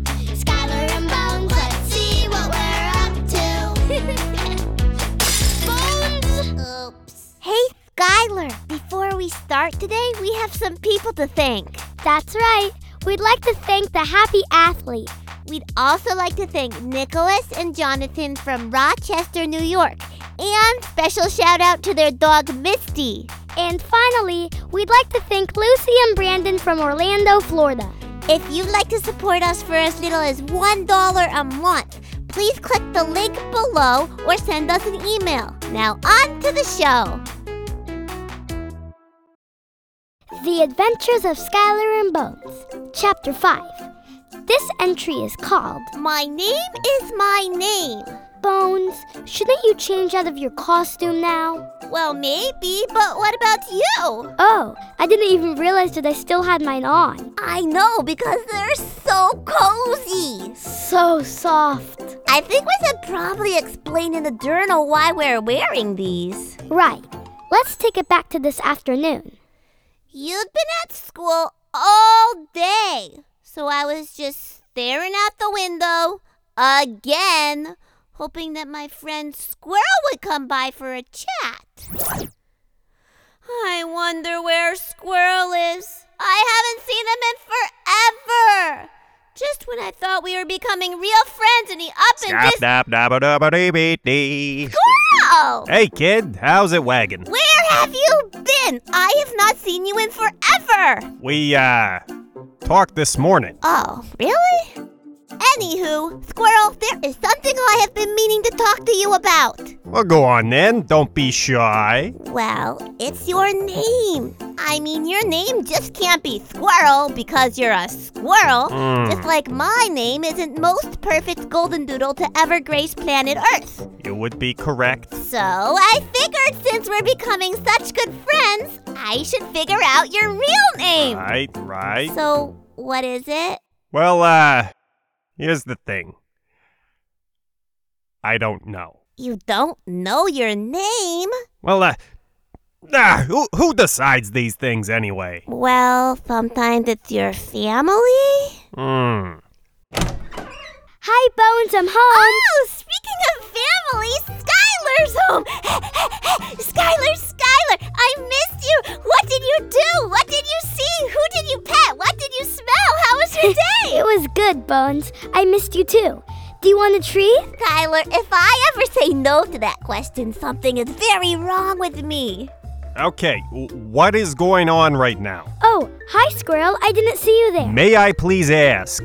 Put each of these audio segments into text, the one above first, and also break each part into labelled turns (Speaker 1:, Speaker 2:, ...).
Speaker 1: Star, today we have some people to thank.
Speaker 2: That's right. We'd like to thank the happy athlete.
Speaker 1: We'd also like to thank Nicholas and Jonathan from Rochester, New York, and special shout out to their dog Misty.
Speaker 2: And finally, we'd like to thank Lucy and Brandon from Orlando, Florida.
Speaker 1: If you'd like to support us for as little as $1 a month, please click the link below or send us an email. Now, on to the show.
Speaker 2: The Adventures of Skylar and Bones, Chapter 5. This entry is called
Speaker 1: My Name is My Name.
Speaker 2: Bones, shouldn't you change out of your costume now?
Speaker 1: Well, maybe, but what about you?
Speaker 2: Oh, I didn't even realize that I still had mine on.
Speaker 1: I know, because they're so cozy.
Speaker 2: So soft.
Speaker 1: I think we should probably explain in the journal why we're wearing these.
Speaker 2: Right. Let's take it back to this afternoon.
Speaker 1: You've been at school all day, so I was just staring out the window again, hoping that my friend Squirrel would come by for a chat. I wonder where Squirrel is. I haven't seen him in forever. Just when I thought we were becoming real friends, and he up and dis-
Speaker 3: Dab, dab, dabba, dabba, dee, bee, dee.
Speaker 1: Squirrel!
Speaker 3: Hey kid, how's it wagging?
Speaker 1: Where have you been? I have not seen you in forever.
Speaker 3: We uh talked this morning.
Speaker 1: Oh, really? Anywho, Squirrel, there is something I have been meaning to talk to you about.
Speaker 3: Well, go on then. Don't be shy.
Speaker 1: Well, it's your name. I mean, your name just can't be Squirrel because you're a squirrel.
Speaker 3: Mm. Hmm,
Speaker 1: Just like my name isn't most perfect golden doodle to ever grace planet Earth.
Speaker 3: You would be correct.
Speaker 1: So I figured since we're becoming such good friends, I should figure out your real name.
Speaker 3: Right, right.
Speaker 1: So, what is it?
Speaker 3: Well, uh here's the thing. I don't know.
Speaker 1: You don't know your name?
Speaker 3: Well, uh ah, who who decides these things anyway?
Speaker 1: Well, sometimes it's your family?
Speaker 3: Hmm.
Speaker 2: Hi, Bones, I'm home.
Speaker 1: Oh, speaking of family, Skylar's home. Skylar, Skylar, I missed you. What did you do? What did you see? Who did you pet? What did you smell? How was your
Speaker 2: It
Speaker 1: day?
Speaker 2: was good, Bones. I missed you too. Do you want a treat?
Speaker 1: Skylar, if I ever say no to that question, something is very wrong with me.
Speaker 3: Okay, w- what is going on right now?
Speaker 2: Oh, hi, Squirrel. I didn't see you there.
Speaker 3: May I please ask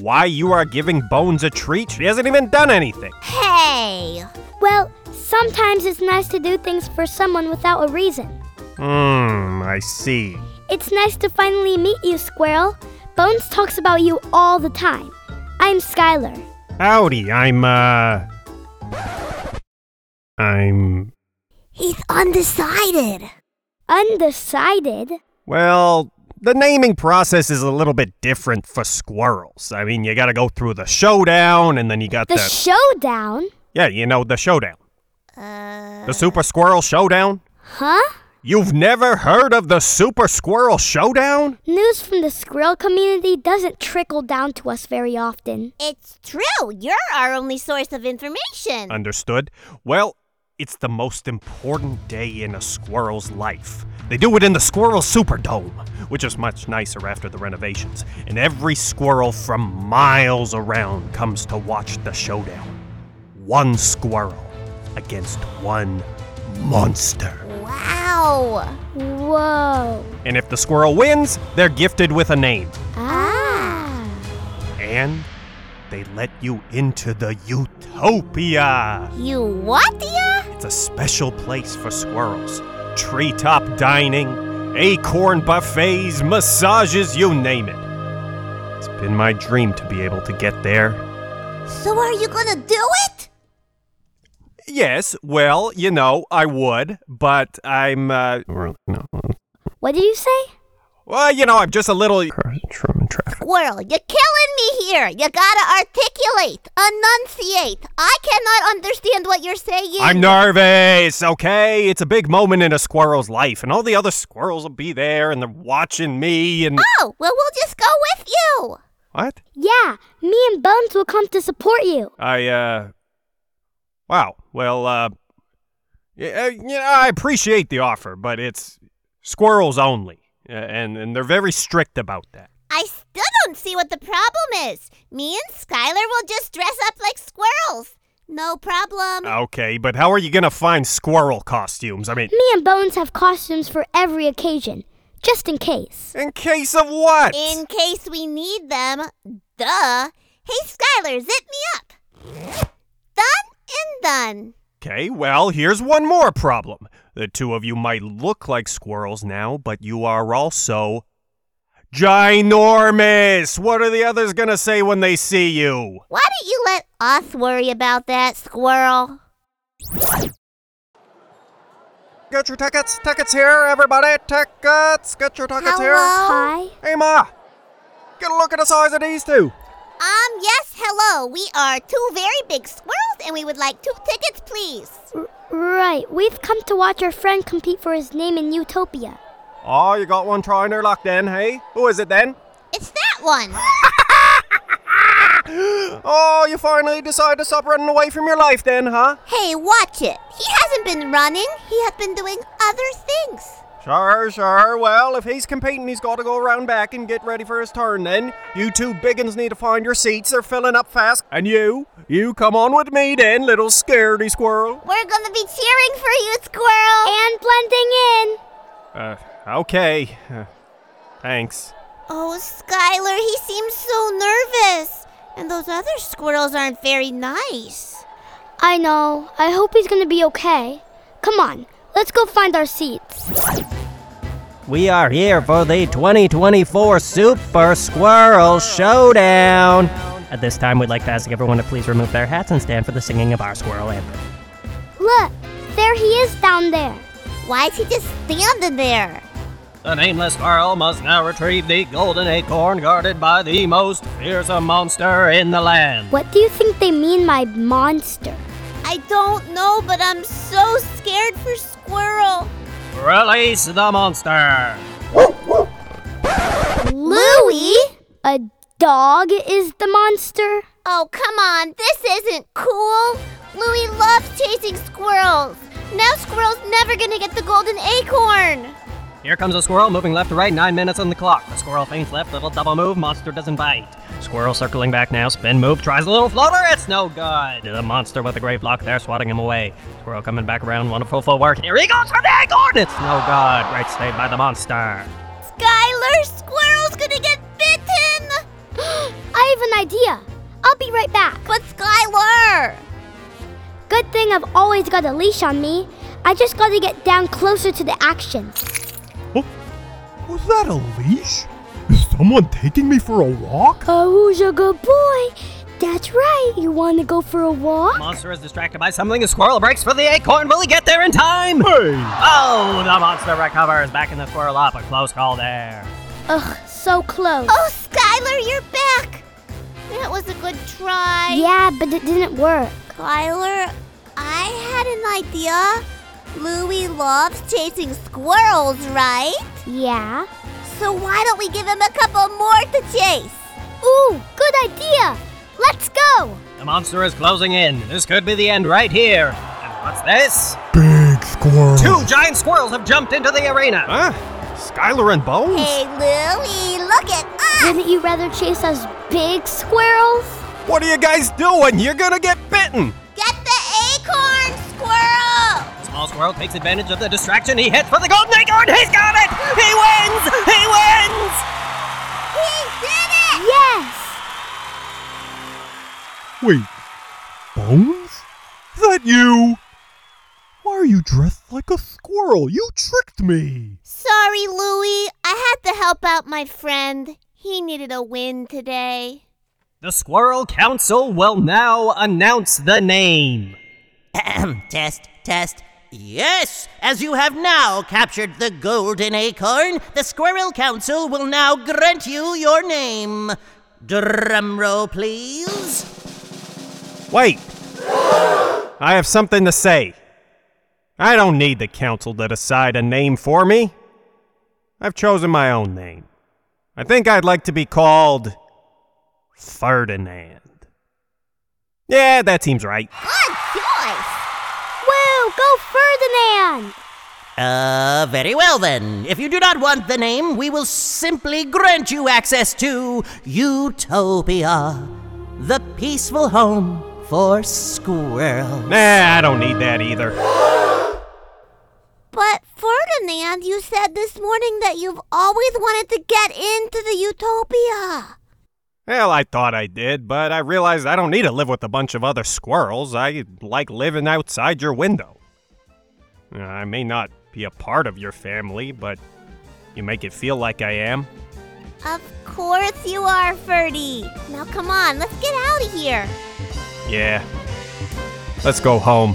Speaker 3: why you are giving Bones a treat? She hasn't even done anything.
Speaker 1: Hey,
Speaker 2: Well, sometimes it's nice to do things for someone without a reason.
Speaker 3: Hmm, I see.
Speaker 2: It's nice to finally meet you, Squirrel. Bones talks about you all the time. I'm Skylar.
Speaker 3: Howdy, I'm, uh. I'm.
Speaker 1: he's undecided.
Speaker 2: Undecided?
Speaker 3: Well, the naming process is a little bit different for squirrels. I mean, you gotta go through the showdown, and then you got the.
Speaker 2: The showdown?
Speaker 3: yeah, you know, the showdown.
Speaker 1: Uh,
Speaker 3: The Super Squirrel Showdown?
Speaker 2: Huh?
Speaker 3: You've never heard of the Super Squirrel Showdown?
Speaker 2: News from the squirrel community doesn't trickle down to us very often.
Speaker 1: it's true. You're our only source of
Speaker 3: Uh,
Speaker 1: information.
Speaker 3: Understood. Well, it's the most important day in a squirrel's life. They do it in the Squirrel Superdome, which is much nicer after the renovations, and every squirrel from miles around comes to watch the showdown. One squirrel against one monster.
Speaker 1: wow.
Speaker 2: Whoa.
Speaker 3: And if the squirrel wins, they're gifted with a name.
Speaker 2: Ah.
Speaker 3: And they let you into the utopia.
Speaker 1: You uh, what, dear?
Speaker 3: It's a special place for squirrels. Treetop dining, acorn buffets, massages, you name it. It's been my dream to be able to get there.
Speaker 1: So are you gonna do it?
Speaker 3: Yes, well, you know, I would, but I'm, uh. No.
Speaker 2: What did you say?
Speaker 3: Well, you know, I'm just a little. traffic.
Speaker 1: Squirrel, you're killing me here. You gotta articulate, enunciate. I cannot understand what you're saying.
Speaker 3: I'm nervous, okay? It's a big moment in a squirrel's life, and all the other squirrels will be there, and they're watching me, and.
Speaker 1: Oh, well, we'll just go with you.
Speaker 3: What?
Speaker 2: Yeah, me and Bones will come to support you.
Speaker 3: I, uh. Wow. Well, uh. Yeah, uh, you know, I appreciate the offer, but it's Squirrels only. Uh, and, and they're very strict about that.
Speaker 1: I still don't see what the problem is. Me and Skylar will just dress up like squirrels. No problem.
Speaker 3: Okay, but how are you gonna find squirrel costumes? I mean,
Speaker 2: Me and Bones have costumes for every occasion, just in case.
Speaker 3: in case of what?
Speaker 1: In case we need them. Duh. Hey, Skylar, zip me up. Done and done.
Speaker 3: Okay, well, here's one more problem. The two of you might look like squirrels now, but you are also ginormous. What are the others gonna say when they see you?
Speaker 1: Why don't you let us worry about that, squirrel?
Speaker 3: Get your tickets, tickets here, everybody. Tickets, get your tickets here.
Speaker 2: Hi.
Speaker 1: Hello?
Speaker 3: Hey, Ma, get a look at the size of these two.
Speaker 1: Um, yes, hello. We are two very big squirrels and we would like two tickets, please.
Speaker 2: R- right, we've come to watch our friend compete for his name in Utopia.
Speaker 3: Oh, you got one trying her luck then, hey? Who is it then?
Speaker 1: It's that one.
Speaker 3: Oh, you finally decide to stop running away from your life then, huh?
Speaker 1: hey, watch it. He hasn't been running, he has been doing other things.
Speaker 3: Sure, sure. Well, if he's competing, he's got to go around back and get ready for his turn then. You two biggins need to find your seats. They're filling up fast. And you, you come on with me then, little scaredy squirrel.
Speaker 1: We're gonna be cheering for you, squirrel.
Speaker 2: And blending in.
Speaker 3: Uh, okay. Uh, thanks.
Speaker 1: oh, Skylar, he seems so nervous. And those other squirrels aren't very nice.
Speaker 2: I know. I hope he's gonna be okay. Come on, let's go find our seats.
Speaker 4: We are here for the 2024 Super Squirrel Showdown. At this time, we'd like to ask everyone to please remove their hats and stand for the singing of our squirrel anthem.
Speaker 2: Look, there he is down there.
Speaker 1: Why is he just standing there?
Speaker 4: The nameless squirrel must now retrieve the golden acorn guarded by the most fearsome monster in the land.
Speaker 2: What do you think they mean by monster?
Speaker 1: I don't know, but I'm so scared for squirrel.
Speaker 4: Release the monster.
Speaker 1: Louie?
Speaker 2: A dog is the monster?
Speaker 1: Oh, come on. This isn't cool. Louie loves chasing squirrels. Now squirrel's never gonna get the golden acorn.
Speaker 4: Here comes a squirrel moving left to right, nine minutes on the clock. The squirrel faints left, little double move, monster doesn't bite. Squirrel circling back now, spin move, tries a little floater, it's no good. The monster with a great block there, swatting him away. Squirrel coming back around, wonderful footwork. Here he goes for the acorn, it's no good. Great save by the monster.
Speaker 1: Skylar, squirrel's gonna get bitten.
Speaker 2: I have an idea. I'll be right back.
Speaker 1: But Skylar.
Speaker 2: Good thing I've always got a leash on me. I just gotta get down closer to the action.
Speaker 5: Was that a leash? Is someone taking me for a walk?
Speaker 2: Oh, who's a good boy? That's right. You wanna go for a walk?
Speaker 4: Monster is distracted by something. The squirrel breaks for the acorn. Will he get there in time?
Speaker 5: Hey!
Speaker 4: Oh, the monster recovers, backing the squirrel up. A close call there.
Speaker 2: Ugh, so close.
Speaker 1: Oh, Skylar, you're back. That was a good try.
Speaker 2: Yeah, but it didn't work.
Speaker 1: Skylar, I had an idea. Louie loves chasing squirrels, right?
Speaker 2: Yeah.
Speaker 1: So why don't we give him a couple more to chase?
Speaker 2: Ooh, good idea. Let's go.
Speaker 4: The monster is closing in. This could be the end right here. And what's this?
Speaker 5: Big squirrel.
Speaker 4: Two giant squirrels have jumped into the arena.
Speaker 3: Huh? Skylar and Bones?
Speaker 1: Hey, Louie, look at us.
Speaker 2: Wouldn't you rather chase us big squirrels?
Speaker 3: What are you guys doing? You're gonna get bitten!
Speaker 1: Get the acorn, squirrel.
Speaker 4: Small Squirrel takes advantage of the distraction. He hits for the golden acorn. He's got it. He wins. He wins.
Speaker 1: He did it!
Speaker 2: Yes.
Speaker 5: Wait. Bones? Is that you? Why are you dressed like a squirrel? You tricked me.
Speaker 1: Sorry, Louie. I had to help out my friend. He needed a win today.
Speaker 4: The Squirrel Council will now announce the name.
Speaker 6: Ahem, test, test. Yes! As you have now captured the golden acorn, the Squirrel Council will now grant you your name. Drum roll, please.
Speaker 3: Wait! I have something to say. I don't need the council to decide a name for me. I've chosen my own name. I think I'd like to be called Ferdinand. Yeah, that seems right.
Speaker 1: Good choice!
Speaker 2: Woo, go Ferdinand.
Speaker 6: Uh, very well then. If you do not want the name, we will simply grant you access to Utopia, the peaceful home for squirrels.
Speaker 3: Nah, I don't need that either.
Speaker 1: But Ferdinand, you said this morning that you've always wanted to get into the utopia.
Speaker 3: Well, I thought I did, but I realized I don't need to live with a bunch of other squirrels. I like living outside your window. Uh, I may not be a part of your family, but you make it feel like I am.
Speaker 1: Of course you are, Ferdy. Now come on, let's get out of here.
Speaker 3: Yeah. Let's go home.